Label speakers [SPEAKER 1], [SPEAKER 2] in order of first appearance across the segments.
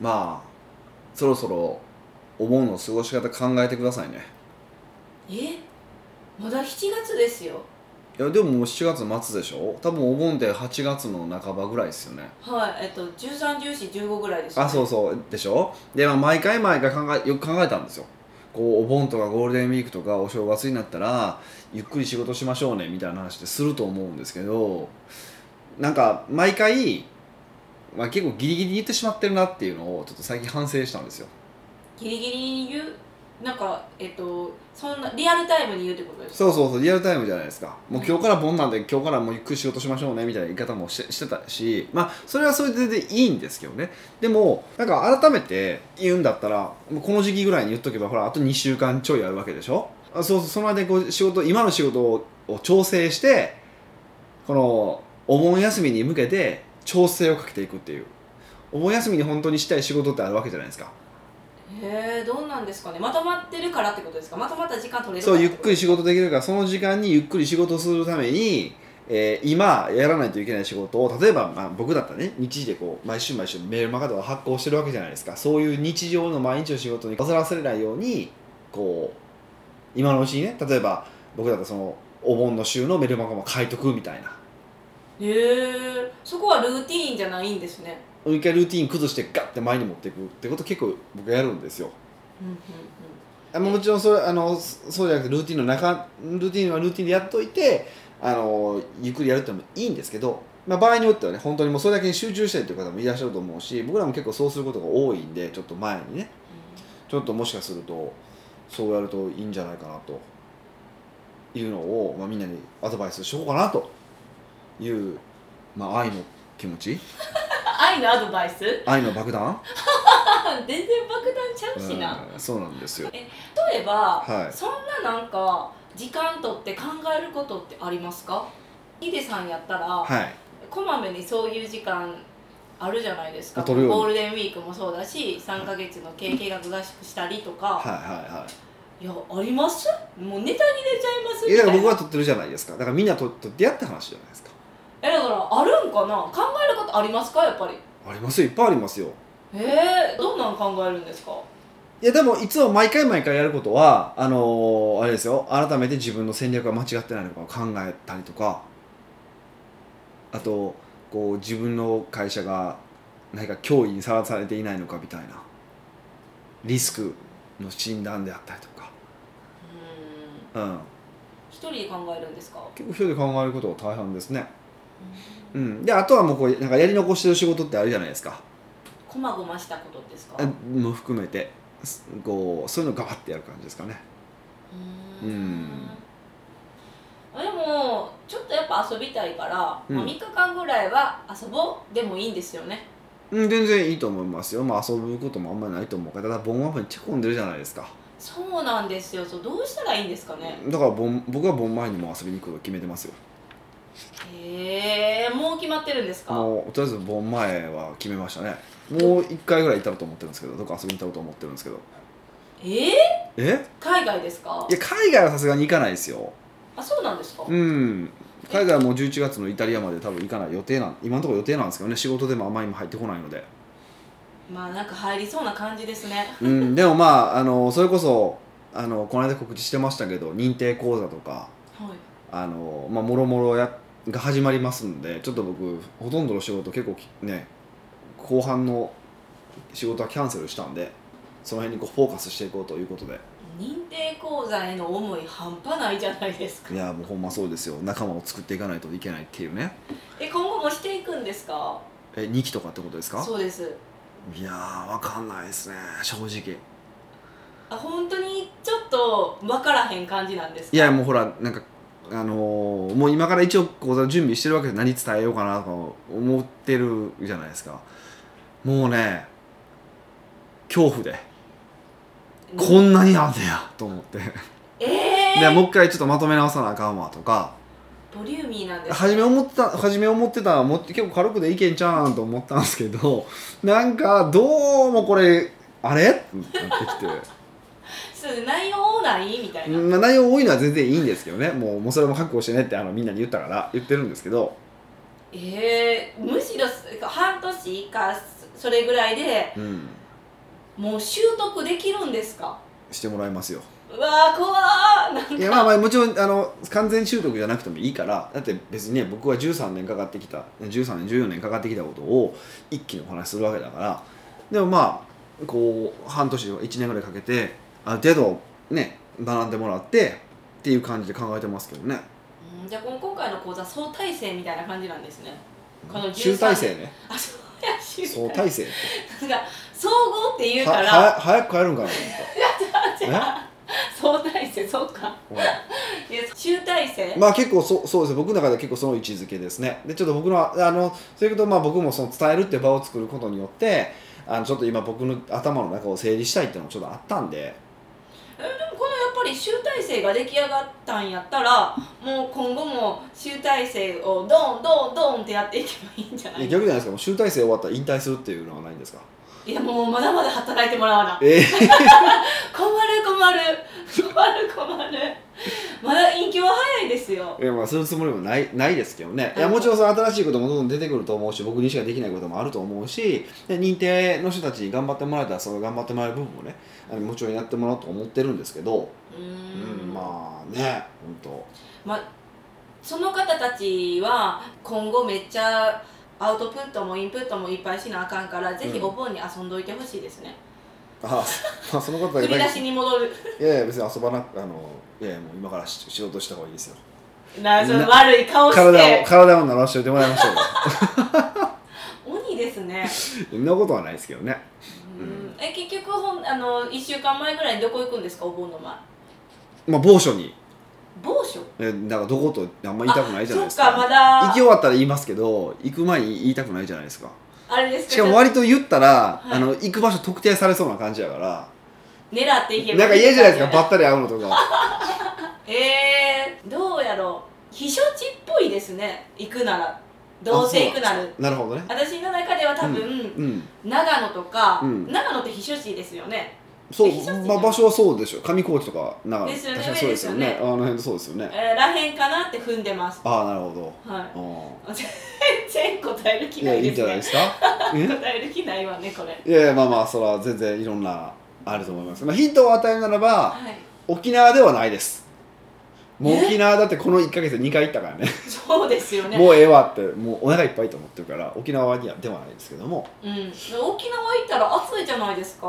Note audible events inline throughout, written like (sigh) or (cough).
[SPEAKER 1] まあそろそろお盆の過ごし方考えてくださいね
[SPEAKER 2] えまだ7月ですよ
[SPEAKER 1] いやでももう7月末でしょ多分お盆って8月の半ばぐらいですよね
[SPEAKER 2] はいえっと131415ぐらいですよね
[SPEAKER 1] あそうそうでしょで、まあ、毎回毎回考えよく考えたんですよこうお盆とかゴールデンウィークとかお正月になったらゆっくり仕事しましょうねみたいな話ってすると思うんですけどなんか毎回、まあ、結構ギリギリに言ってしまってるなっていうのをちょっと最近反省したんですよ
[SPEAKER 2] ギリギリに言うなんかえっとそんなリアルタイムに言うってことですか
[SPEAKER 1] そうそうそうリアルタイムじゃないですかもう今日から盆なんで今日からもうゆっくり仕事しましょうねみたいな言い方もしてしてたしまあそれはそれででいいんですけどねでもなんか改めて言うんだったらもうこの時期ぐらいに言っとけばほらあと2週間ちょいあるわけでしょあそうそうその間にこう仕事今の仕事をを調整してこのお盆休みに向けて調整をかけていくっていうお盆休みに本当にしたい仕事ってあるわけじゃないですか
[SPEAKER 2] へえどうなんですかねまとまってるからってことですかまとまった時間取れるか
[SPEAKER 1] そ
[SPEAKER 2] ら
[SPEAKER 1] うゆ
[SPEAKER 2] て
[SPEAKER 1] っ
[SPEAKER 2] こと
[SPEAKER 1] くり仕事できるからその時間にゆっくり仕事するために、えー今やらないといけない仕事を例えば、まあ、僕だったらね日時でこう毎週毎週メールマガとか発行してるわけじゃないですかそういう日常の毎日の仕事に煩わせれないようにこう今のうちにね例えば僕だったらそのお盆の週のメールマガも書いとくみたいな
[SPEAKER 2] へえそこはルーティーンじゃないんですね
[SPEAKER 1] 一回ルーティン崩してガッて前に持っていくってこと結構僕やるんですよ
[SPEAKER 2] うんうんうん
[SPEAKER 1] あもちろんそれあのそそうじゃなくてルーティンの中ルーティンはルーティンでやっといてあのゆっくりやるってのもいいんですけど、まあ、場合によってはね本当にもうそれだけに集中したいという方もいらっしゃると思うし僕らも結構そうすることが多いんでちょっと前にねちょっともしかするとそうやるといいんじゃないかなというのを、まあ、みんなにアドバイスしようかなという、まあ、愛の気持ち
[SPEAKER 2] 愛のアドバイス (laughs)
[SPEAKER 1] 愛の爆弾、
[SPEAKER 2] 全然爆弾ちゃうしな、
[SPEAKER 1] うんそうなんですよ
[SPEAKER 2] 例えば、
[SPEAKER 1] はい
[SPEAKER 2] そんななんか時間とって考えることってありますかヒデさんやったら、
[SPEAKER 1] はい
[SPEAKER 2] こまめにそういう時間あるじゃないですかゴ
[SPEAKER 1] 取るように
[SPEAKER 2] ールデンウィークもそうだし3ヶ月の経計学合宿したりとか、
[SPEAKER 1] はいはいはい
[SPEAKER 2] い、やありますもうネタに出ちゃいます
[SPEAKER 1] い
[SPEAKER 2] み
[SPEAKER 1] や
[SPEAKER 2] たい
[SPEAKER 1] だか
[SPEAKER 2] な
[SPEAKER 1] ら僕は撮ってるじゃないですかだからみんな撮撮ってやって話じゃないですか
[SPEAKER 2] えだからあるんかな考えることありますかやっぱり
[SPEAKER 1] ありますよいっぱいありますよ
[SPEAKER 2] えー、どんなん考えるんですか
[SPEAKER 1] いやでもいつも毎回毎回やることはあのーあれですよ改めて自分の戦略が間違ってないのかを考えたりとかあとこう自分の会社が何か脅威にさらされていないのかみたいなリスクの診断であったりとか、
[SPEAKER 2] うーん
[SPEAKER 1] うん、
[SPEAKER 2] 一人で考えるんですか、
[SPEAKER 1] 結構一人で考えることが大半ですね、うん、であとはもうこうなんかやり残してる仕事ってあるじゃないですか
[SPEAKER 2] こまごましたことですか
[SPEAKER 1] あも含めてすこうそういうのガバッてやる感じですかね
[SPEAKER 2] うー
[SPEAKER 1] うん
[SPEAKER 2] んでもちょっとやっぱ遊びたいから、
[SPEAKER 1] うん
[SPEAKER 2] まあ、3日間ぐらいは遊ぼうでもいいんですよね
[SPEAKER 1] うん全然いいと思いますよまあ遊ぶこともあんまりないと思うからただ盆オフにチェコんでるじゃないですか
[SPEAKER 2] そうなんですよそうどうしたらいいんですかね
[SPEAKER 1] だから盆僕は盆前にもう遊びに行くことを決めてますよ
[SPEAKER 2] へえもう決まってるんですかう
[SPEAKER 1] もうとりあえず盆前は決めましたねもう1回ぐらい行ったろうと思ってるんですけどどっか遊びに行ったろうと思ってるんですけど
[SPEAKER 2] えー、
[SPEAKER 1] え
[SPEAKER 2] 海外ですか
[SPEAKER 1] いや海外はさすがに行かないですよ
[SPEAKER 2] あそうなんですか、
[SPEAKER 1] うん海外はもう11月のイタリアまで多分行かない予定なん今のところ予定なんですけどね仕事でもあんまり今入ってこないので
[SPEAKER 2] まあなんか入りそうな感じですね
[SPEAKER 1] うん、でもまああのそれこそあのこの間告知してましたけど認定講座とか
[SPEAKER 2] はい
[SPEAKER 1] あの、まあ、もろもろやが始まりますんでちょっと僕ほとんどの仕事結構きね後半の仕事はキャンセルしたんでその辺にこうフォーカスしていこうということで
[SPEAKER 2] 認定講座への思い半端ないじゃないですか
[SPEAKER 1] いやもうほんまそうですよ仲間を作っていかないといけないっていうね
[SPEAKER 2] え今後もしていくんですか
[SPEAKER 1] え2期とかってことですか
[SPEAKER 2] そうです
[SPEAKER 1] いやーわかんないですね正直
[SPEAKER 2] あ本当にちょっと分からへん感じなんですか
[SPEAKER 1] いやもうほらなんかあのーもう今から一応講座準備してるわけで何伝えようかなとか思ってるじゃないですかもうね恐怖でこんなにあんねやと思って
[SPEAKER 2] え
[SPEAKER 1] で
[SPEAKER 2] ー、
[SPEAKER 1] もう一回ちょっとまとめ直さなあかんわとか
[SPEAKER 2] ボリューミーなんです
[SPEAKER 1] 初め思ってた初め思ってたもっと結構軽くでいけんちゃうんと思ったんですけど (laughs) なんかどうもこれあれってなってきて。
[SPEAKER 2] そうです内容ないみたいな、
[SPEAKER 1] まあ、内容多いのは全然いいんですけどねもうもうそれも覚悟してねってあのみんなに言ったから言ってるんですけど
[SPEAKER 2] えー、むしろす半年かそれぐらいで
[SPEAKER 1] うん、
[SPEAKER 2] もう習得できるんですか
[SPEAKER 1] してもらいますよ
[SPEAKER 2] うわー怖ーなんか
[SPEAKER 1] いやまあまあもちろんあの完全習得じゃなくてもいいからだって別にね僕は13年かかってきた13年14年かかってきたことを一気にお話しするわけだからでもまあこう半年1年ぐらいかけてある程度ね学んでもらってっていう感じで考えてますけどね
[SPEAKER 2] うんじゃあこの今回の講座総体制みたいな感じなんですねこの13
[SPEAKER 1] 集大成ね
[SPEAKER 2] あそうやし
[SPEAKER 1] そう大成って
[SPEAKER 2] なんか総合って言う
[SPEAKER 1] は
[SPEAKER 2] から
[SPEAKER 1] は早く帰るんかなと
[SPEAKER 2] じ
[SPEAKER 1] 思っ
[SPEAKER 2] ゃあ総体制そうか
[SPEAKER 1] たえ
[SPEAKER 2] いや集大成、
[SPEAKER 1] まあ結構そうそうですね僕の中では結構その位置づけですねでちょっと僕のあのそういうことまあ僕もその伝えるっていう場を作ることによってあのちょっと今僕の頭の中を整理したいっていうのもちょっとあったんで
[SPEAKER 2] えでもこのやっぱり集大成が出来上がったんやったらもう今後も集大成をドンドンドンってやっていけばいいんじゃないい
[SPEAKER 1] や逆じゃないですかもう集大成終わったら引退するっていうのはないんですか
[SPEAKER 2] いやもうまだまだ働いてもらわな
[SPEAKER 1] ええ
[SPEAKER 2] 困る困る困る困るまだ隠居は早いですよ
[SPEAKER 1] いやまあするつもりもないないですけどね、い、や
[SPEAKER 2] はい
[SPEAKER 1] もちろんその新しいこともどんどん出てくると思うし僕にしかできないこともあると思うしで認定の人たちに頑張ってもらえたらその頑張ってもらえる部分もねあのもちろんやってもらおうと思ってるんですけど、
[SPEAKER 2] うー
[SPEAKER 1] うん
[SPEAKER 2] まあ
[SPEAKER 1] まあね本
[SPEAKER 2] その方たちは今後めっちゃアウトプットもインプットもいっぱいしなあかんから、ぜひお盆に遊んどいてほしいですね
[SPEAKER 1] 当あ、まあ、そのことだ
[SPEAKER 2] 振
[SPEAKER 1] け
[SPEAKER 2] り出しに戻る
[SPEAKER 1] いやいや別に遊ばなくあのいやいやもう今からし仕事した方がいいですよ
[SPEAKER 2] なその悪い顔し
[SPEAKER 1] 体を
[SPEAKER 2] て
[SPEAKER 1] 体を慣らしておいてもらいましょうよ
[SPEAKER 2] 鬼です
[SPEAKER 1] (laughs)
[SPEAKER 2] ね
[SPEAKER 1] そんなことはないですけどね
[SPEAKER 2] うんえ結局ほんあの1週間前ぐらいにどこ行くんですかお盆の前
[SPEAKER 1] まあ某所に
[SPEAKER 2] 某所
[SPEAKER 1] えなんかどことあんま言いたくないじゃないです
[SPEAKER 2] あ
[SPEAKER 1] か
[SPEAKER 2] そっかまだ
[SPEAKER 1] 行き終わったら言いますけど行く前に言いたくないじゃないですか
[SPEAKER 2] あれです
[SPEAKER 1] しかも
[SPEAKER 2] ちょっ
[SPEAKER 1] 割と言ったら、
[SPEAKER 2] はい
[SPEAKER 1] あの行く場所特定されそうな感じやから
[SPEAKER 2] と狙っていけば
[SPEAKER 1] なんか嫌じゃないですかばったり会うのとか
[SPEAKER 2] えー、どうやろう避暑地っぽいですね行くならどうせ行くなら
[SPEAKER 1] なるほどね
[SPEAKER 2] 私の中では多分、
[SPEAKER 1] うん
[SPEAKER 2] 長野とか、
[SPEAKER 1] うん
[SPEAKER 2] 長野って避暑地ですよね
[SPEAKER 1] そ
[SPEAKER 2] 一緒っすよ
[SPEAKER 1] う、まあ、場所はそうでしょ上高地とか長野
[SPEAKER 2] ですよね
[SPEAKER 1] 確かにそうですよね
[SPEAKER 2] ですよ
[SPEAKER 1] あの辺そうですよね
[SPEAKER 2] えーらへんかなって踏んでます
[SPEAKER 1] ああなるほ
[SPEAKER 2] はい
[SPEAKER 1] どうん
[SPEAKER 2] 全然答える気
[SPEAKER 1] い
[SPEAKER 2] な
[SPEAKER 1] や
[SPEAKER 2] い
[SPEAKER 1] いい
[SPEAKER 2] で
[SPEAKER 1] んじ
[SPEAKER 2] す
[SPEAKER 1] ゃないで
[SPEAKER 2] ね (laughs)
[SPEAKER 1] すかえ
[SPEAKER 2] 答える気ないわねこれ
[SPEAKER 1] いやいやまあまあそれは全然いろんなあると思います、まあ、ヒントを与えるならば (laughs)
[SPEAKER 2] はい
[SPEAKER 1] 沖縄ではないですもう
[SPEAKER 2] え
[SPEAKER 1] 沖縄だってこの1か月で2回行ったからね
[SPEAKER 2] そうですよね
[SPEAKER 1] もうええわってもうお腹いっぱいと思ってるから沖縄にはではないですけども
[SPEAKER 2] うん、沖縄行ったら暑いじゃないですか、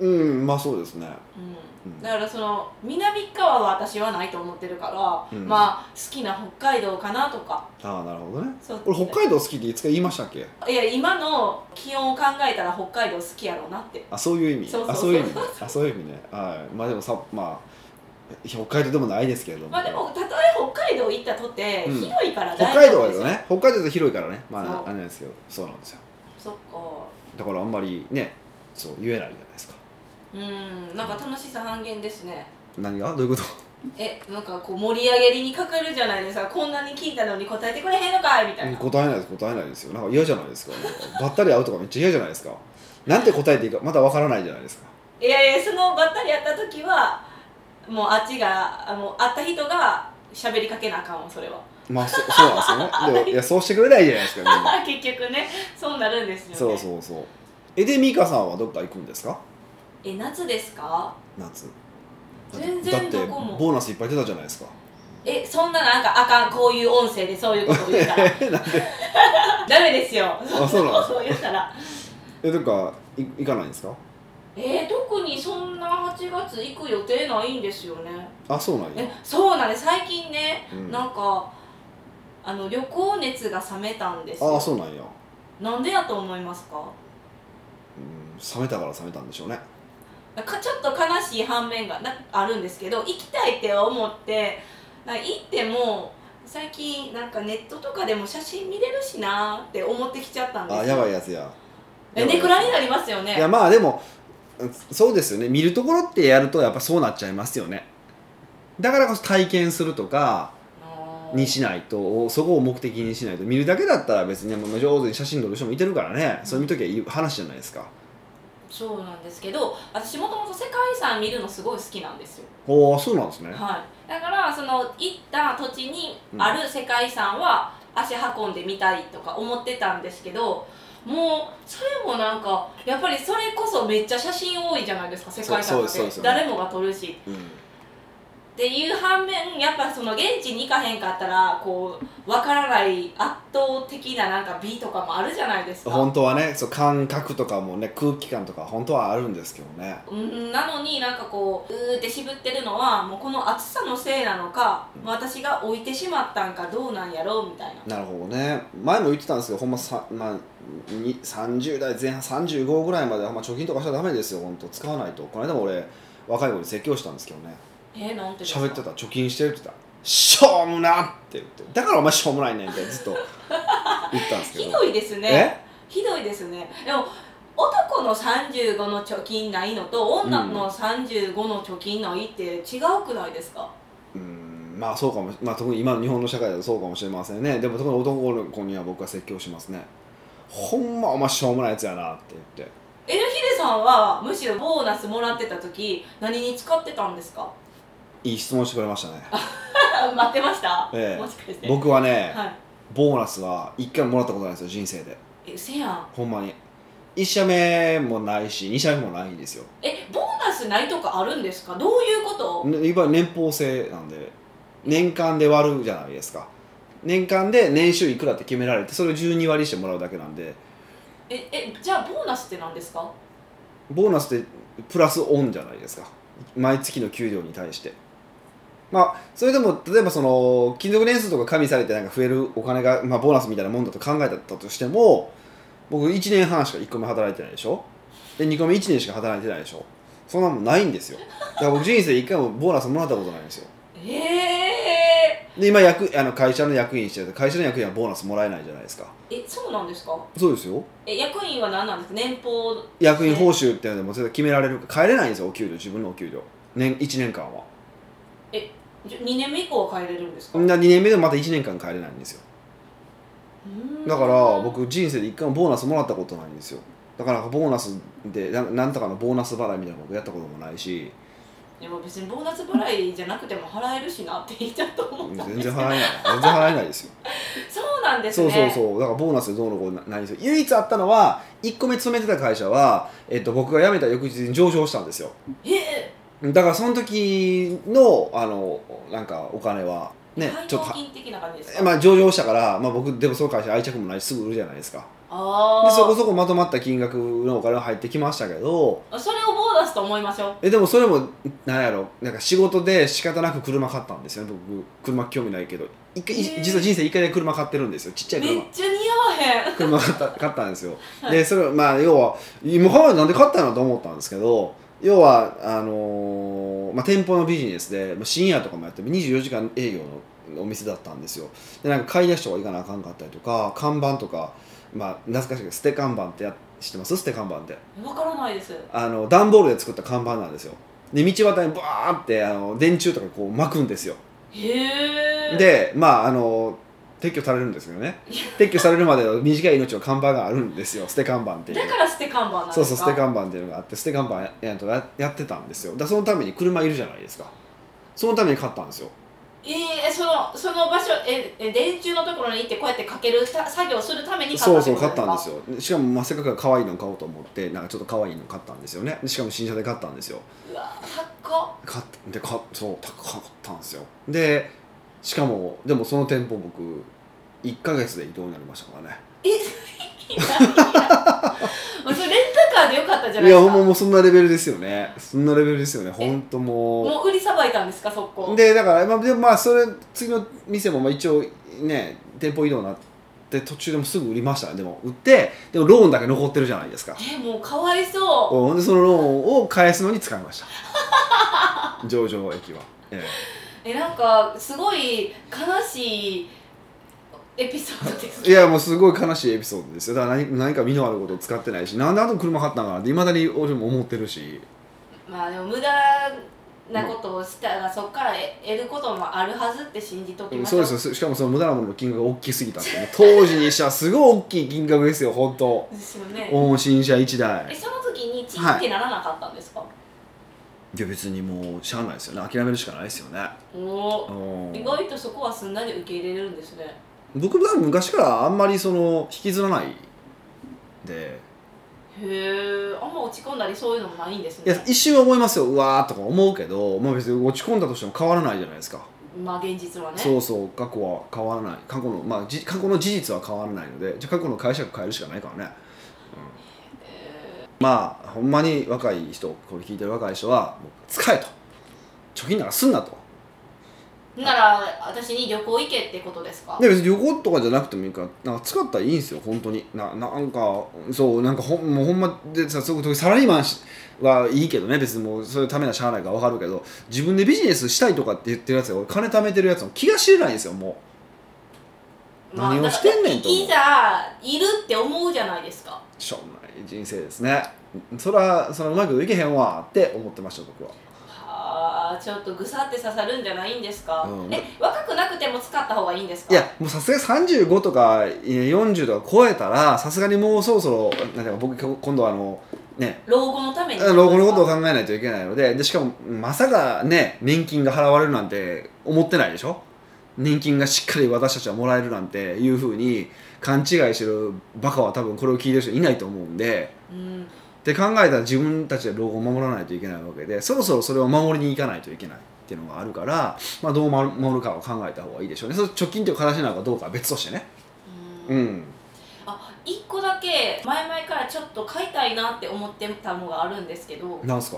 [SPEAKER 1] うんまあそうですね
[SPEAKER 2] う、
[SPEAKER 1] うんん
[SPEAKER 2] だからその南側は私はないと思ってるから、
[SPEAKER 1] うん
[SPEAKER 2] まあ好きな北海道かなとか
[SPEAKER 1] ああなるほどね
[SPEAKER 2] そう
[SPEAKER 1] 俺北海道好きっていつか言いましたっけ
[SPEAKER 2] いや今の気温を考えたら北海道好きやろうなって
[SPEAKER 1] あそういう意味
[SPEAKER 2] そうそうそう
[SPEAKER 1] あそういう意味ねあそういう意味ねはいまあでもさまあ北海道でもないですけれども,、
[SPEAKER 2] まあでもたとえ北海道行ったとて、
[SPEAKER 1] うん
[SPEAKER 2] 広いから
[SPEAKER 1] 北
[SPEAKER 2] 大
[SPEAKER 1] 海
[SPEAKER 2] 丈
[SPEAKER 1] 道
[SPEAKER 2] 夫
[SPEAKER 1] は
[SPEAKER 2] ですよ
[SPEAKER 1] ね北海道って広いからねま
[SPEAKER 2] そう
[SPEAKER 1] ああれなんですけどそうなんですよ
[SPEAKER 2] そっか
[SPEAKER 1] だからあんまりねそう言えないじゃないですか
[SPEAKER 2] うんなんか楽しさ半減ですね
[SPEAKER 1] 何がどういうこと
[SPEAKER 2] えなんかこう盛り上げりにかかるじゃないですかこんなに聞いたのに答えてくれへんのかいみたいな、
[SPEAKER 1] 答えないです答えないですよなんか嫌じゃないですかなんかばったり会うとかめっちゃ嫌じゃないですかなんて答えていいかまだわからないじゃないですか
[SPEAKER 2] いやいやそのばったりやった時はもうあっちがあもう会った人が喋りかけなあかんわそれは (laughs)
[SPEAKER 1] まあそそうなんですよねでもいやそうしてくれないじゃないですかみんな
[SPEAKER 2] 結局ねそうなるんですよね
[SPEAKER 1] そうそうそうえで美香さんはどっか行くんですか
[SPEAKER 2] え夏ですか
[SPEAKER 1] 夏
[SPEAKER 2] 全然
[SPEAKER 1] だ
[SPEAKER 2] ど
[SPEAKER 1] って
[SPEAKER 2] こも
[SPEAKER 1] ボーナスいっぱい出たじゃないですか
[SPEAKER 2] えそんななんかあかんこういう音声でそういうこと言っ
[SPEAKER 1] (laughs)
[SPEAKER 2] たら (laughs) ダメですよ
[SPEAKER 1] あそうなんですか
[SPEAKER 2] そう言ったら
[SPEAKER 1] えどっかい行かないんですか
[SPEAKER 2] えー、特にそんな8月行く予定ないんですよね
[SPEAKER 1] あそうなんや
[SPEAKER 2] えそうなんです最近ね、
[SPEAKER 1] うん
[SPEAKER 2] なんかあの旅行熱が冷めたんですよ
[SPEAKER 1] あそうなんや、
[SPEAKER 2] なんでやと思いますか
[SPEAKER 1] うん、冷めたから冷めたんでしょうね
[SPEAKER 2] なんかちょっと悲しい反面がなあるんですけど行きたいって思ってなんか行っても最近なんかネットとかでも写真見れるしなーって思ってきちゃったんです
[SPEAKER 1] あ
[SPEAKER 2] よ
[SPEAKER 1] やばいやつや
[SPEAKER 2] えネクラになりますよね
[SPEAKER 1] いやまあでもうんそうですよね見るところってやるとやっぱそうなっちゃいますよねだからこそ体験するとか
[SPEAKER 2] あー
[SPEAKER 1] にしないとそこを目的にしないと見るだけだったら別にもう上手に写真撮る人もいてるからねそういう時はいい話じゃないですか
[SPEAKER 2] そうなんですけど私もともと世界遺産見るのすごい好きなんですよ
[SPEAKER 1] おおそうなんですね
[SPEAKER 2] はい、だからその行った土地にある世界遺産は足運んでみたいとか思ってたんですけどもうそれもなんかやっぱりそれこそめっちゃ写真多いじゃないですか世界
[SPEAKER 1] そう
[SPEAKER 2] 観
[SPEAKER 1] そう
[SPEAKER 2] っ
[SPEAKER 1] そうです
[SPEAKER 2] て
[SPEAKER 1] よね
[SPEAKER 2] 誰もが撮るしっていう反面やっぱその現地に行かへんかったらこうわからない圧倒的ななんか美とかもあるじゃないですか
[SPEAKER 1] 本当はねそう感覚とかもね空気感とか本当はあるんですけどね
[SPEAKER 2] うんなのになんかこううーって渋ってるのはもうこの暑さのせいなのか私が置いてしまったんかどうなんやろうみたいな
[SPEAKER 1] なるほどね前も言ってたんですけどほんまさ、まあ、に30代前半35ぐらいまでほんま貯金とかしちゃダメですよ本当使わないとこの間も俺若い子に説教したんですけどね
[SPEAKER 2] えー、なんてですか
[SPEAKER 1] 喋ってた貯金してるって言ったら「しょうもな!」って言って「だからお前しょうもないねん」ってずっと言ったんですけど
[SPEAKER 2] ひどいですねひどいですねでも男の35の貯金ないのと女の35の貯金ないって違うくないですか、
[SPEAKER 1] えうんまあそうかもし、まあ、特に今の日本の社会だとそうかもしれませんねでも特に男の子には僕は説教しますねほんまお前しょうもないやつやなって言って
[SPEAKER 2] エルヒデさんはむしろボーナスもらってた時何に使ってたんですか (laughs)
[SPEAKER 1] いい質問してくれましたね
[SPEAKER 2] 待ってました、
[SPEAKER 1] ええ
[SPEAKER 2] もしかして
[SPEAKER 1] 僕はね、
[SPEAKER 2] はい
[SPEAKER 1] ボーナスは一回ももらったことないんですよ人生で
[SPEAKER 2] えせやん
[SPEAKER 1] ほんまに1社目もないし2社目もないんですよ
[SPEAKER 2] えボーナスないとかあるんですかどういうこと、
[SPEAKER 1] ねいわゆる年俸制なんで年間で割るじゃないですか年間で年収いくらって決められてそれを12割してもらうだけなんで
[SPEAKER 2] ええじゃあボーナスって何ですか
[SPEAKER 1] ボーナスってプラスオンじゃないですか毎月の給料に対してまあそれでも例えばその勤続年数とか加味されてなんか増えるお金が、まあ、ボーナスみたいなもんだと考えたとしても僕1年半しか1個目働いてないでしょで2個目1年しか働いてないでしょそんなもんないんですよだから僕人生で1回もボーナスもらったことないんですよ
[SPEAKER 2] ええ
[SPEAKER 1] で今役あの会社の役員してると会社の役員はボーナスもらえないじゃないですか
[SPEAKER 2] えそうなんですか
[SPEAKER 1] そうですよ
[SPEAKER 2] え役員は何なんですか年俸
[SPEAKER 1] 役員報酬っていうのでも絶対決められるか帰れないんですよお給料自分のお給料年1年間は
[SPEAKER 2] 2年目以降は変えれるんですか
[SPEAKER 1] みんな2年目でもまた1年間帰れないんですよ
[SPEAKER 2] うーん
[SPEAKER 1] だから僕人生で1回もボーナスもらったことないんですよだからボーナスでななんとかのボーナス払いみたいなことやったこともないし
[SPEAKER 2] でも別にボーナス払いじゃなくても払えるしなって言っちゃうと思
[SPEAKER 1] 全
[SPEAKER 2] った
[SPEAKER 1] 然
[SPEAKER 2] んですけど
[SPEAKER 1] 払えない全然払えないですよ
[SPEAKER 2] そうなん (laughs) です
[SPEAKER 1] そう
[SPEAKER 2] ね
[SPEAKER 1] そうそうだからボーナスでどうのこうのないんですよ唯一あったのは1個目勤めてた会社は、えっと、僕が辞めた翌日に上場したんですよ
[SPEAKER 2] え
[SPEAKER 1] だからその時のあのなんかお金は
[SPEAKER 2] え
[SPEAKER 1] ねち
[SPEAKER 2] ち
[SPEAKER 1] ょ
[SPEAKER 2] ょ
[SPEAKER 1] っ
[SPEAKER 2] っ
[SPEAKER 1] と
[SPEAKER 2] と金的な感じです
[SPEAKER 1] え
[SPEAKER 2] か、
[SPEAKER 1] まあ上場したから、まあ、僕でもその会社愛着もないしすぐ売るじゃないですか
[SPEAKER 2] あ
[SPEAKER 1] で
[SPEAKER 2] あ
[SPEAKER 1] そこそこまとまった金額のお金が入ってきましたけど
[SPEAKER 2] それをボーナスと思いましょう
[SPEAKER 1] えでもそれもなんやろなんか仕事で仕方なく車買ったんですよね僕車興味ないけど一回い
[SPEAKER 2] へー
[SPEAKER 1] 実は人生一回だけ車買ってるんですよちっちゃい
[SPEAKER 2] め
[SPEAKER 1] 車
[SPEAKER 2] っちゃ似合わへん
[SPEAKER 1] 車買った買ったんですよ
[SPEAKER 2] はい
[SPEAKER 1] でそれをまあ要は今からなんで買ったのと思ったんですけど要はあのーまあ、店舗のビジネスでまあ深夜とかもやって24時間営業のお店だったんですよでなんか買い出しとか行かなあかんかったりとか看板とか、まあ、懐かしいけど捨て看板ってや知ってます捨て看板って
[SPEAKER 2] わからないです
[SPEAKER 1] あの段ボールで作った看板なんですよで道端にバーってあの電柱とかこう巻くんですよ
[SPEAKER 2] へえ
[SPEAKER 1] でまああの撤去されるんですけどね撤去されるまでの短い命の看板があるんですよ捨て看板っていう
[SPEAKER 2] だから捨て看板なんです
[SPEAKER 1] そ
[SPEAKER 2] か
[SPEAKER 1] うそう捨て看板っていうのがあって捨て看板やややってたんですよだからそのために車いるじゃないですかそのために買ったんですよ
[SPEAKER 2] えー、そのその場所ええ電柱のところに行ってこうやってかけるた作業するために買った
[SPEAKER 1] そうそう買ったんです
[SPEAKER 2] よ
[SPEAKER 1] よしかも、まあ、せっかくだから可愛いの買おうと思ってなんかちょっと可愛いの買ったんですよねでしかも新車で買ったんですよ
[SPEAKER 2] うわ高っ
[SPEAKER 1] 買ってでかそう高かったんですよでしかもでもその店舗僕1ヶ月で移動になりましたからね
[SPEAKER 2] (laughs) えいやそれレンタカーでよかったじゃ
[SPEAKER 1] い
[SPEAKER 2] ないで
[SPEAKER 1] や
[SPEAKER 2] す
[SPEAKER 1] ほ
[SPEAKER 2] か
[SPEAKER 1] んまもうそんなレベルですよねそんなレベルですよねほんともう
[SPEAKER 2] もう売りさばいたんですか速攻
[SPEAKER 1] でだから、まあ、でもまあそれ次の店もまあ一応ね店舗移動になって途中でもすぐ売りましたでも売ってでもローンだけ残ってるじゃないですか
[SPEAKER 2] えもうかわいそう
[SPEAKER 1] ほんでそのローンを返すのに使いました
[SPEAKER 2] (laughs)
[SPEAKER 1] 上場駅は、え
[SPEAKER 2] えなんかすごい悲しいエピソードです
[SPEAKER 1] (laughs) えいやもうすごい悲しいエピソードですよだから何何か身のあることを使ってないしなんであの車買ったんかなっていまだに俺も思ってるし
[SPEAKER 2] まあでも無駄なことをしたらそこから得得ることもあるはずって信じときまし
[SPEAKER 1] そ
[SPEAKER 2] ょ
[SPEAKER 1] う
[SPEAKER 2] う
[SPEAKER 1] ですよししかもその無駄なものの金額が大きすぎたっていうね当時にしてはすごい大きい金額ですよ本当
[SPEAKER 2] ですよね
[SPEAKER 1] お新車1
[SPEAKER 2] え
[SPEAKER 1] 台
[SPEAKER 2] その時にチーってならなかったんですか、
[SPEAKER 1] いや別にもうしゃあないですよね諦めるしかないですよね
[SPEAKER 2] お
[SPEAKER 1] う
[SPEAKER 2] ー
[SPEAKER 1] ん
[SPEAKER 2] 意外とそこはすんなり受け入れれるんですね
[SPEAKER 1] 僕は昔からあんまりその引きずらないで
[SPEAKER 2] へえあんま落ち込んだりそういうのもないんです
[SPEAKER 1] い
[SPEAKER 2] ね
[SPEAKER 1] や一瞬思いますようわーとか思うけど、まあ、別に落ち込んだとしても変わらないじゃないですか
[SPEAKER 2] まあ現実はね
[SPEAKER 1] そうそう過去は変わらない過去の、まあ、じ過去の事実は変わらないのでじゃあ過去の解釈変えるしかないからね、うんまあほんまに若い人これ聞いてる若い人はもう使えと貯金なんかすんなと
[SPEAKER 2] なら私に旅行行けってことですか
[SPEAKER 1] で別に旅行とかじゃなくてもいいからなんか使ったらいいんですよ本当にななんかそうなんかほんもうほんまでさすごくサラリーマンしはいいけどね別にもうそういうためなしゃあないから分かるけど自分でビジネスしたいとかって言ってるやつが俺金貯めてるやつの気が知れないんですよも
[SPEAKER 2] まあ
[SPEAKER 1] 何をしてんねんと思う
[SPEAKER 2] だからいざいるって思うじゃないですか
[SPEAKER 1] うしょうもない人生ですねそらそらうまいこといけへんわって思ってました僕は
[SPEAKER 2] はあちょっとぐさって刺さるんじゃないんですか、
[SPEAKER 1] うん
[SPEAKER 2] え若くなくても使った方がいいんですか
[SPEAKER 1] いやもうさすがに35とかえー40とか超えたらさすがにもうそろそろなんていうか僕今度はあのね
[SPEAKER 2] 老後のために
[SPEAKER 1] 老後のことを
[SPEAKER 2] が
[SPEAKER 1] 考えないといけないのででしかもまさかね年金が払われるなんて思ってないでしょ年金がしっかり私たちはもらえるなんていうふうに勘違いしてるバカは多分これを聞いてる人いないと思うんで
[SPEAKER 2] うん
[SPEAKER 1] って考えたら自分たちで老後を守らないといけないわけでそろそろそれを守りに行かないといけないっていうのがあるから、まあ、どう守るかを考えた方がいいでしょうねそれ貯金という形なのかどうかは別としてね
[SPEAKER 2] う
[SPEAKER 1] うんん
[SPEAKER 2] あ一個だけ前々からちょっと買いたいなって思ってたのがあるんですけど
[SPEAKER 1] なんすか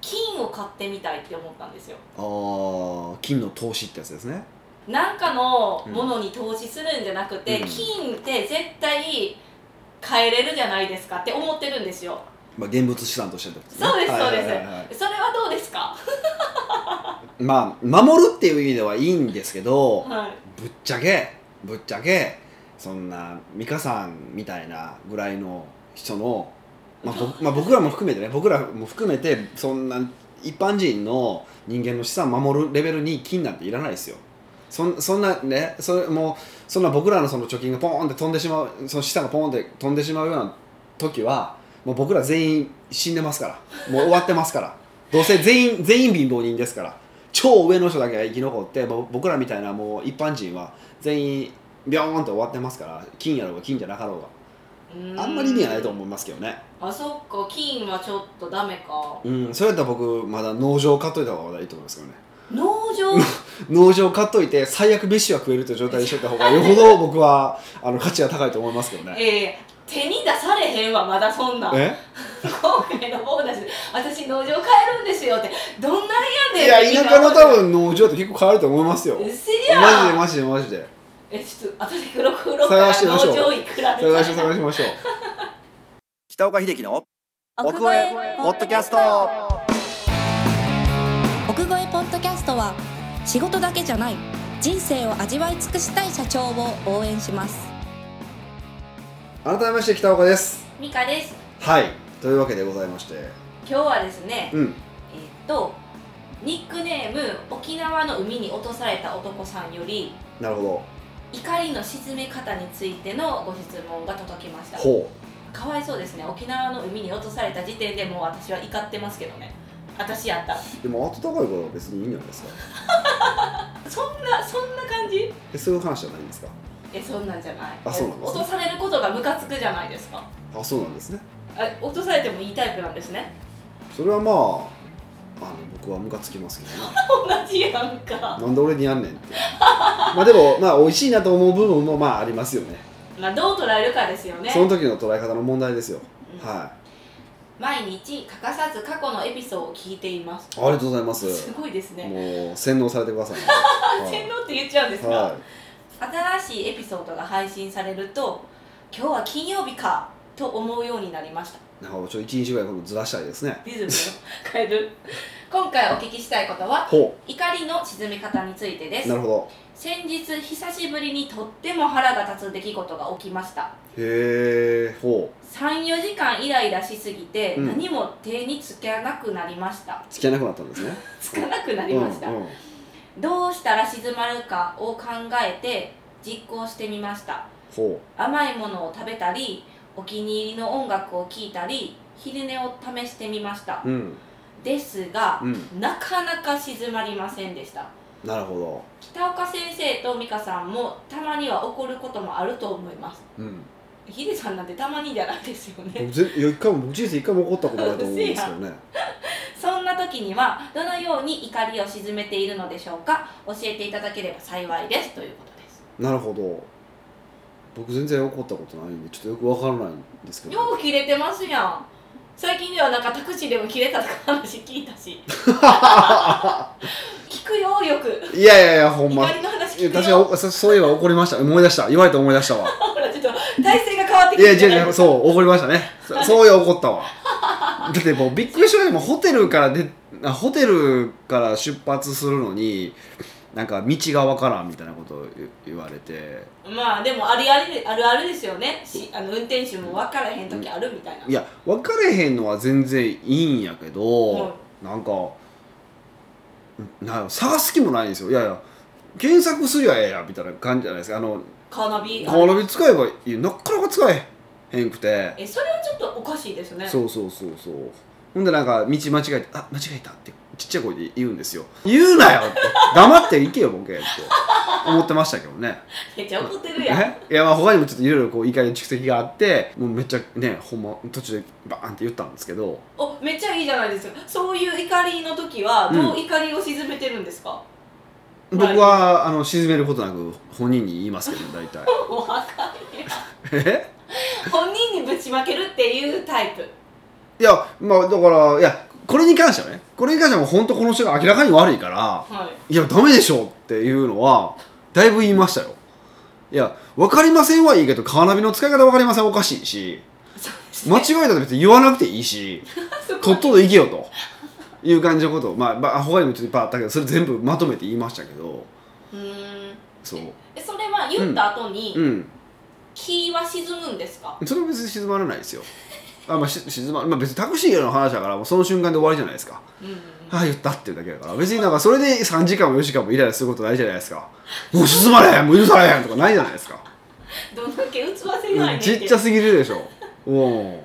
[SPEAKER 2] 金を買ってみたいって思ったんですよ
[SPEAKER 1] あー金の投資ってやつですね
[SPEAKER 2] なんかのものに投資するんじゃなくて、
[SPEAKER 1] うん
[SPEAKER 2] 金って絶対買えれるじゃないですかって思ってるんですよ
[SPEAKER 1] まあ、現物資産としてってことね
[SPEAKER 2] そうです
[SPEAKER 1] はいはいはいはい
[SPEAKER 2] そうそれはどうですか、
[SPEAKER 1] まあ守るっていう意味ではいいんですけど
[SPEAKER 2] はい、
[SPEAKER 1] ぶっちゃけぶっちゃけそんな美香さんみたいなぐらいの人の、まあ僕まあ、僕らも含めてね僕らも含めてそんな一般人の人間の資産守るレベルに金なんていらないですよ。そんそんなねそれもうそんな僕らのその貯金がポーンって飛んでしまうその資産がポーンって飛んでしまうような時はもう僕ら全員死んでますからもう終わってますからどうせ全員全員貧乏人ですから超上の人だけが生き残ってもう僕らみたいなもう一般人は全員ビョーンと終わってますから金やろうが金じゃなかろうがあんまり意味はないと
[SPEAKER 2] う
[SPEAKER 1] 思いますけどね
[SPEAKER 2] あそっか金はちょっとダメか
[SPEAKER 1] うんそれやったら僕まだ農場買っといた方がいいと思いますけどね
[SPEAKER 2] 農場
[SPEAKER 1] (laughs) 農場買っといて最悪飯は食えるという状態にしといた方がよほど僕は (laughs) あの価値が高いと思いますけどね
[SPEAKER 2] ええ手に出されへんわまだそんなん
[SPEAKER 1] え
[SPEAKER 2] 今回のボーナス私農場買えるんですよってどんなに
[SPEAKER 1] いや
[SPEAKER 2] やねんってみん
[SPEAKER 1] 田
[SPEAKER 2] な
[SPEAKER 1] 舎の多分農場って結構変わると思いますよ
[SPEAKER 2] うっ
[SPEAKER 1] マ
[SPEAKER 2] せりゃ
[SPEAKER 1] ジでマジでマジで
[SPEAKER 2] えちょっと後で黒黒か
[SPEAKER 1] 探
[SPEAKER 2] ら
[SPEAKER 1] してみ
[SPEAKER 2] 農
[SPEAKER 1] ましょう
[SPEAKER 2] 場いくらみたいな
[SPEAKER 1] 探し探しましょう北岡秀樹の
[SPEAKER 3] 奥越えポッドキャスト
[SPEAKER 4] 奥越えポッドキャストは仕事だけじゃない人生を味わい尽くしたい社長を応援します
[SPEAKER 1] 改めまして北岡です
[SPEAKER 2] ミカです
[SPEAKER 1] はいというわけでございまして
[SPEAKER 2] 今日はですね
[SPEAKER 1] うん
[SPEAKER 2] えっとニックネーム「沖縄の海に落とされた男さん」より
[SPEAKER 1] なるほ
[SPEAKER 2] 怒りの沈め方についてのご質問が届きまし
[SPEAKER 1] ど
[SPEAKER 2] た
[SPEAKER 1] ほ
[SPEAKER 2] かわいそうですね沖縄の海に落とされた時点でもう私は怒ってますけどね私やったら
[SPEAKER 1] うでも温かいことは別にいいんじゃないですか
[SPEAKER 2] そんなそんな感じ
[SPEAKER 1] えそういう話じゃないんですか
[SPEAKER 2] えそんなんじゃない
[SPEAKER 1] あそうなんですね
[SPEAKER 2] 落とされることがムカつくじゃないですか
[SPEAKER 1] あそうなんですね
[SPEAKER 2] あ落とされてもいいタイプなんですね
[SPEAKER 1] それはまああの僕はムカつきますけどね
[SPEAKER 2] (laughs) 同じやんか
[SPEAKER 1] なんで俺にやんねんっていうまあでもまあ美味しいなと思う部分もまあありますよね
[SPEAKER 2] まあどう捉えるかですよね
[SPEAKER 1] その時の捉え方の問題ですよ、
[SPEAKER 2] うん
[SPEAKER 1] はい
[SPEAKER 2] 毎日欠かさず過去のエピソードを聞いています
[SPEAKER 1] ありがとうございます
[SPEAKER 2] すごいですね、
[SPEAKER 1] もう洗脳されてください、ね
[SPEAKER 2] (laughs) 洗脳って言っちゃうんですか、
[SPEAKER 1] はい、はい
[SPEAKER 2] 新しいエピソードが配信されると今日は金曜日かと思うようになりました
[SPEAKER 1] なんかちょっと1日ぐらいこのずらしたいですね
[SPEAKER 2] リズムを変える今回お聞きしたいことは
[SPEAKER 1] ほ
[SPEAKER 2] 怒りの沈み方についてで
[SPEAKER 1] う
[SPEAKER 2] す
[SPEAKER 1] なるほ
[SPEAKER 2] 先日久しぶりにとっても腹が立つ出来事が起きました
[SPEAKER 1] どへえほう
[SPEAKER 2] 34時間イライラしすぎて、
[SPEAKER 1] うん
[SPEAKER 2] 何も手につけなくなりました
[SPEAKER 1] つけなくなったんです
[SPEAKER 2] (laughs)
[SPEAKER 1] ね
[SPEAKER 2] つかなくなりました、
[SPEAKER 1] うんうん、
[SPEAKER 2] どうしたら静まるかを考えて実行してみました
[SPEAKER 1] ほ
[SPEAKER 2] 甘いものを食べたりお気に入りの音楽を聴いたり昼寝を試してみました
[SPEAKER 1] ううん
[SPEAKER 2] ですが
[SPEAKER 1] う、ん
[SPEAKER 2] なかなか静まりませんでした
[SPEAKER 1] なるほ
[SPEAKER 2] 北岡先生と美香さんもたまには怒ることもあると思います
[SPEAKER 1] どうん
[SPEAKER 2] ヒデさんなんてたまにじゃないですよね
[SPEAKER 1] 僕ぜいや一回も僕人生一回も怒ったことないと思うんですけどね
[SPEAKER 2] そんな時にはどのように怒りを鎮めているのでしょうか教えていただければ幸いですということです
[SPEAKER 1] なるほど僕全然怒ったことないんでちょっとよくわからないんですけど
[SPEAKER 2] よう切れてますやん最近ではなんかタクシーでも切れたとか話聞い
[SPEAKER 1] (laughs)
[SPEAKER 2] たし聞くよよく
[SPEAKER 1] いやいやいやほんま
[SPEAKER 2] 怒
[SPEAKER 1] い
[SPEAKER 2] りの話
[SPEAKER 1] や
[SPEAKER 2] 聞
[SPEAKER 1] 確
[SPEAKER 2] く
[SPEAKER 1] かに
[SPEAKER 2] よ
[SPEAKER 1] おそそういえば怒りました思い出した言われて思い出したわ
[SPEAKER 2] ほらちょっと体勢が変わって
[SPEAKER 1] い
[SPEAKER 2] き
[SPEAKER 1] や
[SPEAKER 2] て
[SPEAKER 1] 違う違う
[SPEAKER 2] う
[SPEAKER 1] そう怒りましたねそそういえば怒ったわだってもうびっくりしましたよもうホテルからであホテルから出発するのになんか道がわからんみたいなことを言言われて
[SPEAKER 2] まあでもあるあるであるあるですよねしあの運転手も分からへん時あるみたいない
[SPEAKER 1] や分かれへんのは全然いいんやけど、
[SPEAKER 2] は
[SPEAKER 1] なんかんなんや探す気もないんですよいやいや検索すりゃええやみたいな感じじゃないですかあの
[SPEAKER 2] カーナビ
[SPEAKER 1] カーナビ使えばいいなかなか使えへんくて、
[SPEAKER 2] えそれはちょっとおかしいですね
[SPEAKER 1] そうそうそうそうほんでなんか道間違えて「あ間違えた」ってちっちゃい声で言うんですよ「言うなよ」って「黙って行けよボケ」って思ってましたけどね
[SPEAKER 2] めっちゃ怒ってるやん
[SPEAKER 1] ねいやまあ他にもちょっといろいろこう怒りの蓄積があってもうめっちゃねほんま途中でバーンって言ったんですけど
[SPEAKER 2] おめっちゃいいじゃないですかそういう怒りの時はどう怒りを鎮めてるんですか、
[SPEAKER 1] 僕は、あの沈めることなく本人に言います
[SPEAKER 2] (laughs)
[SPEAKER 1] けど大体
[SPEAKER 2] もうあかんや
[SPEAKER 1] え
[SPEAKER 2] ん本人にぶちまけるっていうタイプ
[SPEAKER 1] いやまあだからいやこれに関してはねこれに関してはもう本当この人が明らかに悪いから
[SPEAKER 2] はい
[SPEAKER 1] いやダメでしょっていうのはだいぶ言いましたよいや分かりませんはいいけどカーナビの使い方分かりませんはおかしいし
[SPEAKER 2] そうです
[SPEAKER 1] 間違えたら別に言わなくていい
[SPEAKER 2] (laughs)
[SPEAKER 1] し
[SPEAKER 2] そ
[SPEAKER 1] と
[SPEAKER 2] こ
[SPEAKER 1] っとと行けよという感じのことをまあまあ他にもちょっといっぱいあったけどそれ全部まとめて言いましたけど
[SPEAKER 2] うーん
[SPEAKER 1] そう
[SPEAKER 2] えそれは言った後に、
[SPEAKER 1] うん
[SPEAKER 2] 気は沈むんですか
[SPEAKER 1] それは別に静まらないですよあ、まあ、し静ままあ別にタクシーの話だからもうその瞬間で終わりじゃないですか
[SPEAKER 2] うんうん
[SPEAKER 1] ああ言ったっていうだけだから別になんかそれで3時間も4時間もイライラすることないじゃないですかもう静まれへんもう許されへんとかないじゃないですか
[SPEAKER 2] どんだけ器せないねん
[SPEAKER 1] ちっちゃすぎるでしょうん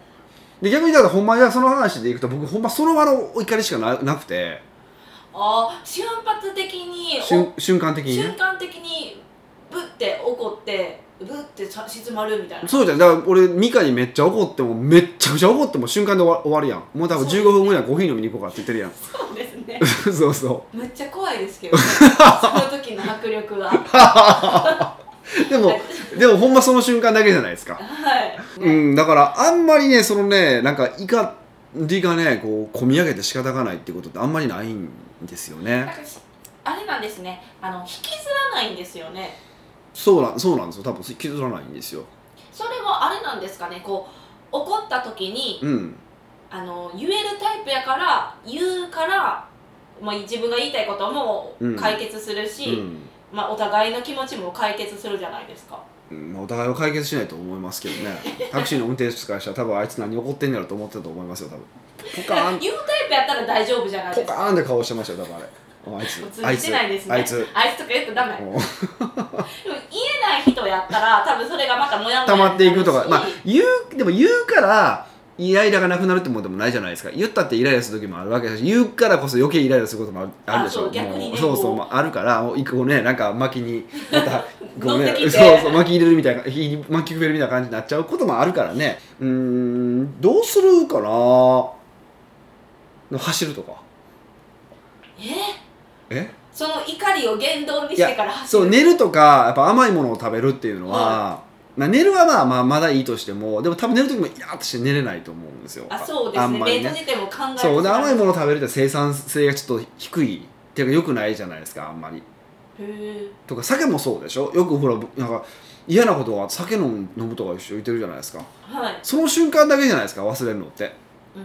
[SPEAKER 1] で逆にだからほんまにその話でいくと僕ほんまその場の怒りしかななくて
[SPEAKER 2] あー瞬発的にお
[SPEAKER 1] 瞬瞬間的に
[SPEAKER 2] 瞬
[SPEAKER 1] ね
[SPEAKER 2] 間的にぶって怒ってぶってさ静まるみ
[SPEAKER 1] (laughs)
[SPEAKER 2] たいな
[SPEAKER 1] そうじゃんだから俺ミカにめっちゃ怒ってもめっちゃくちゃ怒っても瞬間で終わ終わるやんもう多分15分後にはコーヒー飲みに行こうかって言ってるやん (laughs)
[SPEAKER 2] そうですね
[SPEAKER 1] そうそう
[SPEAKER 2] むっちゃ怖いですけ
[SPEAKER 1] (laughs)
[SPEAKER 2] どねその時の迫力は
[SPEAKER 1] でも、でもほんまその瞬間だけじゃないですか。
[SPEAKER 2] はい、
[SPEAKER 1] う
[SPEAKER 2] ね
[SPEAKER 1] ん、だからあんまりね、そのね、なんか怒りがね、こう、込み上げて仕方がないってことってあんまりないんですよ
[SPEAKER 2] なん
[SPEAKER 1] ね。
[SPEAKER 2] かしあれなんですねあの引きずらないんですよね
[SPEAKER 1] そうなん、そうなんですよ。多分引きずらないんですよ。
[SPEAKER 2] それはあれなんですかねこう怒った時に
[SPEAKER 1] うん。
[SPEAKER 2] あの言えるタイプやから言うから、まあ、自分が言いたいことも
[SPEAKER 1] うん
[SPEAKER 2] 解決するし、まあ、お互いの気持ちも解決するじゃないですか
[SPEAKER 1] うん。まあ、お互いを解決しないと思いますけどね。タクシーの運転手からしたら多分あいつ何怒ってんねやろと思ってたと思いますよ、多分。ポカーン、
[SPEAKER 2] 言うタイプやったら大丈夫じゃない
[SPEAKER 1] ポ
[SPEAKER 2] です
[SPEAKER 1] カ
[SPEAKER 2] か
[SPEAKER 1] ーンって顔してましたよ、だからあれ。おあいつ
[SPEAKER 2] もう、
[SPEAKER 1] あ
[SPEAKER 2] 通
[SPEAKER 1] い
[SPEAKER 2] じ
[SPEAKER 1] つ
[SPEAKER 2] て、ないですね
[SPEAKER 1] あいつ。
[SPEAKER 2] あいつとか言ったらダメでも
[SPEAKER 1] もう
[SPEAKER 2] 言えない人やったら多分それがまたもやもや
[SPEAKER 1] 溜まっていくとか、
[SPEAKER 2] にな
[SPEAKER 1] まあ
[SPEAKER 2] るし、
[SPEAKER 1] 言うでも言うからイライラがなくなるってもんでもないじゃないですか言ったってイライラする時もあるわけだし言うからこそ余計イライラすることもあるあるでしょ
[SPEAKER 2] あそう逆にね
[SPEAKER 1] もうそうそう、
[SPEAKER 2] こ
[SPEAKER 1] まあ、あるからもう一個ねなんか巻き
[SPEAKER 2] (laughs)
[SPEAKER 1] にまたごめ
[SPEAKER 2] 乗
[SPEAKER 1] ん
[SPEAKER 2] ってきて
[SPEAKER 1] そうそう巻き入れるみたいな火に巻きくべるみたいな感じになっちゃうこともあるからねうーんどうするかな走るとか
[SPEAKER 2] え
[SPEAKER 1] え
[SPEAKER 2] その怒りを言動に
[SPEAKER 1] い
[SPEAKER 2] してから
[SPEAKER 1] や
[SPEAKER 2] 走
[SPEAKER 1] そ
[SPEAKER 2] る
[SPEAKER 1] う寝るとかやっぱ甘いものを食べるっていうのは、まあ、寝るはまあまあまだいいとしてもでも多分寝る時もイラッとして寝れないと思うんですよ
[SPEAKER 2] あそうで
[SPEAKER 1] あ
[SPEAKER 2] す
[SPEAKER 1] ん
[SPEAKER 2] ね
[SPEAKER 1] ま
[SPEAKER 2] 冷
[SPEAKER 1] り
[SPEAKER 2] 凍
[SPEAKER 1] ね
[SPEAKER 2] 時点も考えて
[SPEAKER 1] そうで甘いも
[SPEAKER 2] へ
[SPEAKER 1] のを食べるって生産性がちょっと低いっていうか良くないじゃないですかあんまり
[SPEAKER 2] え
[SPEAKER 1] とか酒もそうでしょよくほらなんか嫌なことは酒飲む飲むとか一緒言ってるじゃないですか
[SPEAKER 2] はい
[SPEAKER 1] その瞬間だけじゃないですか忘れるのって
[SPEAKER 2] う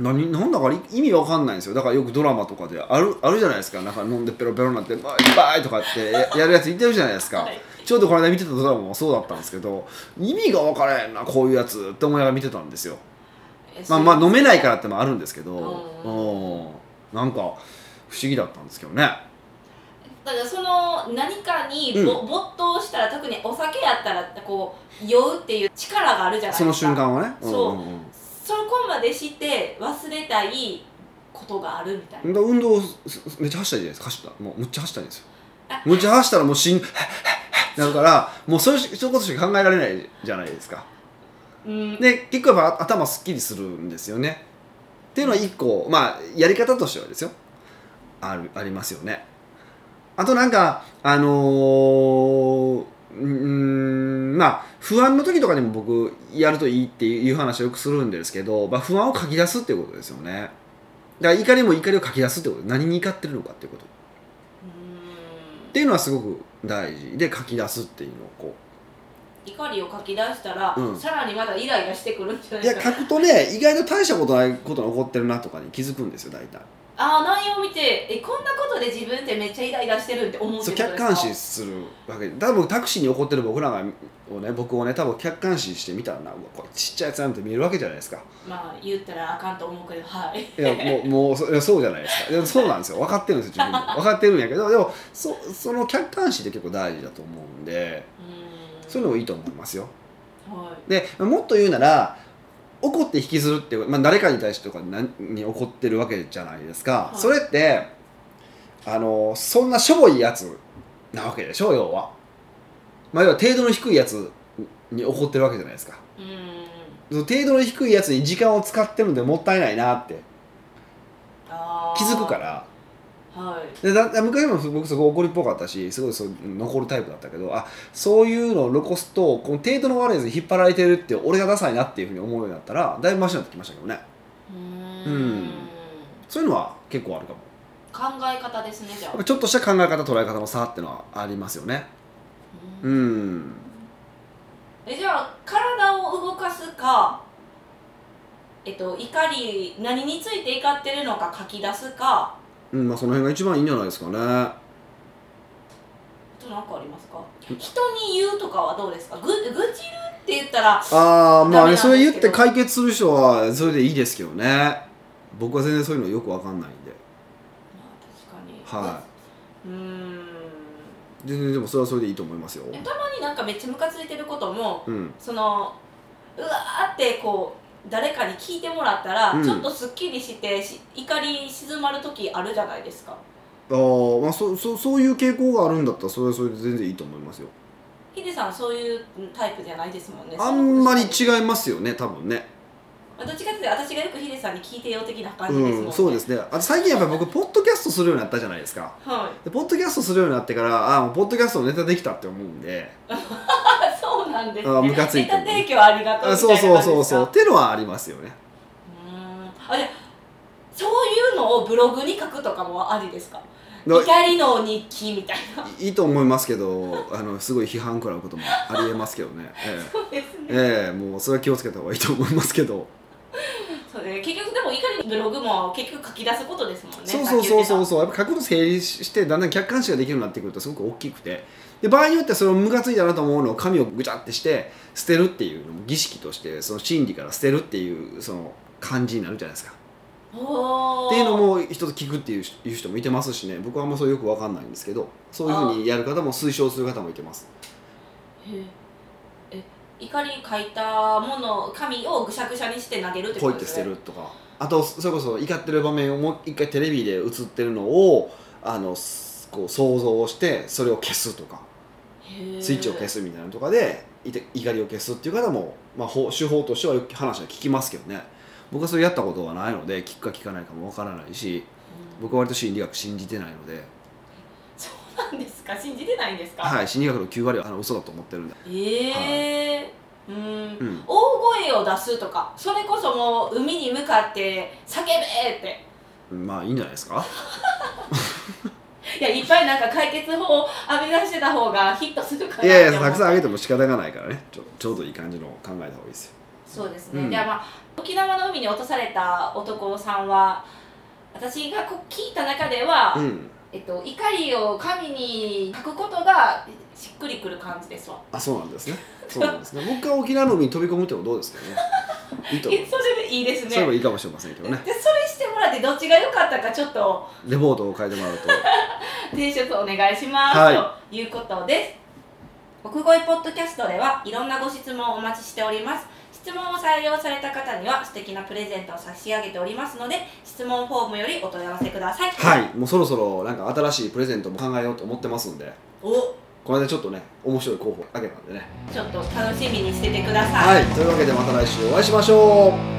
[SPEAKER 2] ん
[SPEAKER 1] 何なんだかい意味わかんないんですよだからよくドラマとかであるあるじゃないですかなんか飲んでペロペロになってバイバイとかってややるやついてるじゃないですか、
[SPEAKER 2] はい
[SPEAKER 1] ちょうどこの間見てたドラマもそうだったんですけど意味が分からへんなこういうやつって思いながら見てたんですよ
[SPEAKER 2] え
[SPEAKER 1] まあまあ飲めないからってのもあるんですけど
[SPEAKER 2] う
[SPEAKER 1] うんなんか不思議だったんですけどね
[SPEAKER 2] だからその何かにぼ、没頭したら特にお酒やったらこう酔うっていう力があるじゃないですか
[SPEAKER 1] その瞬間はね
[SPEAKER 2] そうん
[SPEAKER 1] ん
[SPEAKER 2] そこまでして忘れたいことがあるみたい
[SPEAKER 1] うんだから運動すすめっちゃ走ったらいいじゃないですか走ったもうむっちゃ走ったらいいんですよ
[SPEAKER 2] あ
[SPEAKER 1] (laughs) むっちゃ走ったらもうしんなるからもうそういうそういうことしか考えられないじゃないですか
[SPEAKER 2] なうん
[SPEAKER 1] で結構やっぱ頭すっきりするんですよねっていうのは一個まあやり方としてはですよあるありますよねあとなんかあのーうーんまあ不安の時とかにも僕やるといいっていう話はよくするんですけど、まあ、不安を書き出すっていうことですよねだから怒りも怒りを書き出すってこと何に怒ってるのかっていうこと
[SPEAKER 2] うん
[SPEAKER 1] っていうのはすごく大事で書き出すっていうのをこう
[SPEAKER 2] 怒りを書き出したら、
[SPEAKER 1] うん
[SPEAKER 2] さらにまだイライラしてくるんじゃない
[SPEAKER 1] い
[SPEAKER 2] で
[SPEAKER 1] や
[SPEAKER 2] すか
[SPEAKER 1] 書くとね意外と大したことないことが起こってるなとかに気づくんですよ大体
[SPEAKER 2] ああ内容を見てえこんなことで自分ってめっちゃイライラしてるって思うって
[SPEAKER 1] そう
[SPEAKER 2] ことで
[SPEAKER 1] 客
[SPEAKER 2] すか
[SPEAKER 1] 観視するわけで多分タクシーに怒ってる僕らがをね僕をね多分客観視してみたらなうわこれちっちゃいやつなんて見えるわけじゃないですか
[SPEAKER 2] まあ言ったらあかんと思うけどはい
[SPEAKER 1] いやもうもうそいやそうじゃないですかいやそうなんですよ分かってるんですよ自分で分かってるんやけどでもそその客観視って結構大事だと思うんで
[SPEAKER 2] うん
[SPEAKER 1] そういうのもいいと思いますよ
[SPEAKER 2] はい
[SPEAKER 1] でもっと言うなら怒って引きずるっていう、まあ、誰かに対してとか何に怒ってるわけじゃないですか、
[SPEAKER 2] はい
[SPEAKER 1] それってあのそんなしょぼいやつなわけでしょ要は、まあ、要は程度の低いやつに怒ってるわけじゃないですか
[SPEAKER 2] うん
[SPEAKER 1] その程度の低いやつに時間を使ってるのでもったいないなって
[SPEAKER 2] あー
[SPEAKER 1] 気づくから
[SPEAKER 2] はい
[SPEAKER 1] でだだ昔も僕すごい怒りっぽかったしすごいそう残るタイプだったけどあそういうのを残すとこの程度の悪いやつに引っ張られてるって俺がダサいなっていうふうに思うようになったらだいぶマシになってきましたけどね
[SPEAKER 2] うん
[SPEAKER 1] うんそういうのは結構あるかも
[SPEAKER 2] 考え方ですねじ
[SPEAKER 1] や
[SPEAKER 2] ゃ
[SPEAKER 1] っ
[SPEAKER 2] あ
[SPEAKER 1] ぱちょっとした考え方捉え方の差っていうのはありますよね
[SPEAKER 2] う
[SPEAKER 1] うんん
[SPEAKER 2] えじゃあ体を動かすかえっと怒り何について怒ってるのか書き出すか
[SPEAKER 1] うんまあその辺が一番いいんじゃないですかねあ
[SPEAKER 2] あと何かありますか人に言うとかはどうですかぐ愚痴るって言ったら
[SPEAKER 1] あーまあ
[SPEAKER 2] ダメなん
[SPEAKER 1] ね
[SPEAKER 2] ですけ
[SPEAKER 1] そ
[SPEAKER 2] ど
[SPEAKER 1] れ言って解決する人はそれでいいですけどね僕は全然そういうのよくわかんないんで
[SPEAKER 2] まあ確かに
[SPEAKER 1] は
[SPEAKER 2] うー
[SPEAKER 1] い
[SPEAKER 2] ん
[SPEAKER 1] 全然でもそれはそれでいいと思いますよ
[SPEAKER 2] えたまになんかめっちゃムカついてることも
[SPEAKER 1] うん
[SPEAKER 2] そのうわーってこう誰かに聞いてもらったら、
[SPEAKER 1] うん
[SPEAKER 2] ちょっとすっきりしてし怒り静まる時あるじゃないですか
[SPEAKER 1] あー、まあ、そそそういう傾向があるんだったらそれはそれで全然いいと思いますよ
[SPEAKER 2] ヒデさんそういうタイプじゃないですもんね
[SPEAKER 1] あんまり
[SPEAKER 2] ち
[SPEAKER 1] 違いますよね多分ね
[SPEAKER 2] どっちかっていうと私がよくヒデさんに聞いてよ的な感じですもんね、
[SPEAKER 1] うんそうですねあと最近やっぱり僕ポッドキャストするようになったじゃないですか
[SPEAKER 2] はい (laughs)
[SPEAKER 1] でポッドキャストするようになってからああもうポッドキャストのネタできたって思うんで
[SPEAKER 2] あそうなんです
[SPEAKER 1] あムカついてる
[SPEAKER 2] ネタ提供ありがとう
[SPEAKER 1] あ
[SPEAKER 2] みたい
[SPEAKER 1] そ
[SPEAKER 2] な
[SPEAKER 1] う
[SPEAKER 2] 感じです
[SPEAKER 1] そ
[SPEAKER 2] か
[SPEAKER 1] うそうそうっていうのはありますよね
[SPEAKER 2] うーんあじゃあそういうのをブログに書くとかもありですか
[SPEAKER 1] だ
[SPEAKER 2] 怒りの日記みたいな
[SPEAKER 1] いいと思いますけどあのすごい批判食らうこともありえますけどね、え
[SPEAKER 2] そうです
[SPEAKER 1] (laughs) え
[SPEAKER 2] ね
[SPEAKER 1] ええもうそれは気をつけた方がいいと思いますけど、
[SPEAKER 2] そうね結局でも怒りのブログも結局書き出すことですもんね
[SPEAKER 1] そうそうそうそう
[SPEAKER 2] さっき
[SPEAKER 1] そうやっぱ過去の整理してだんだん客観視ができるようになってくるとすごく大きくてで場合によってはそのムカついたなと思うのを紙をぐちゃってして捨てるっていうのも儀式としてその心理から捨てるっていうその感じになるじゃないですか
[SPEAKER 2] 言ってたおー
[SPEAKER 1] っていうのも一つ聞くっていう人いう人もいてますしね僕はあんまそれよくわかんないんですけどそういうふうにやる方も推奨する方もいてます
[SPEAKER 2] へええ怒り書いたもの紙をぐしゃぐしゃにして投げるって
[SPEAKER 1] ポイ
[SPEAKER 2] こ
[SPEAKER 1] っ
[SPEAKER 2] と
[SPEAKER 1] て
[SPEAKER 2] です
[SPEAKER 1] 捨て
[SPEAKER 2] ね
[SPEAKER 1] るとかあとそれこそ怒ってる場面をもう一回テレビで映ってるのをあのすこう想像してそれを消すとか
[SPEAKER 2] へえ
[SPEAKER 1] スイッチを消すみたいなのとかでいて怒りを消すっていう方も、まあ、方手法としてはよく話は聞きますけどね僕はそれやったことはないので聞くか聞かないかもわからないし
[SPEAKER 2] うん
[SPEAKER 1] 僕は割と心理学信じてないので、
[SPEAKER 2] そうなんですか信じてないんですか
[SPEAKER 1] はい、心理学の9割はあの嘘だと思ってるんで、
[SPEAKER 2] ええうーん
[SPEAKER 1] うん、
[SPEAKER 2] 大声を出すとかそれこそもう海に向かって叫べって
[SPEAKER 1] まあいいんじゃないですか
[SPEAKER 2] いやいっぱいなんか解決法を編み出してた方がヒットするかなっ
[SPEAKER 1] い
[SPEAKER 2] て
[SPEAKER 1] やいや
[SPEAKER 2] 思う
[SPEAKER 1] たくさんあげても仕方がないからねちょちょうどいい感じのを考えた方がいいですよ
[SPEAKER 2] そうですね、
[SPEAKER 1] うん
[SPEAKER 2] じゃあまあ沖縄の海に落とされた男さんは私がこう聞いた中では、
[SPEAKER 1] うん
[SPEAKER 2] えっと、怒りを神に書くことがしっくりくる感じですわ
[SPEAKER 1] あそうなんですねそうなんですね僕は沖縄の海に飛び込むってもどうですかねいいと
[SPEAKER 2] え
[SPEAKER 1] 思う
[SPEAKER 2] (laughs) それでいいですね
[SPEAKER 1] そういえばいいかもしれませんけどね
[SPEAKER 2] でそれしてもらってどっちが良かったかちょっと
[SPEAKER 1] レポートを書いてもらうと
[SPEAKER 2] 提出お願いします、
[SPEAKER 1] は
[SPEAKER 2] ということです奥越ポッドキャストではいろんなご質問をお待ちしております質問を採用された方には素敵なプレゼントを差し上げておりますので質問フォームよりお問い合わせください
[SPEAKER 1] はいもうそろそろなんか新しいプレゼントも考えようと思ってますんで
[SPEAKER 2] お
[SPEAKER 1] この間ちょっとね面白い候補あげたんでね
[SPEAKER 2] ちょっと楽しみにしててください
[SPEAKER 1] はいというわけでまた来週お会いしましょう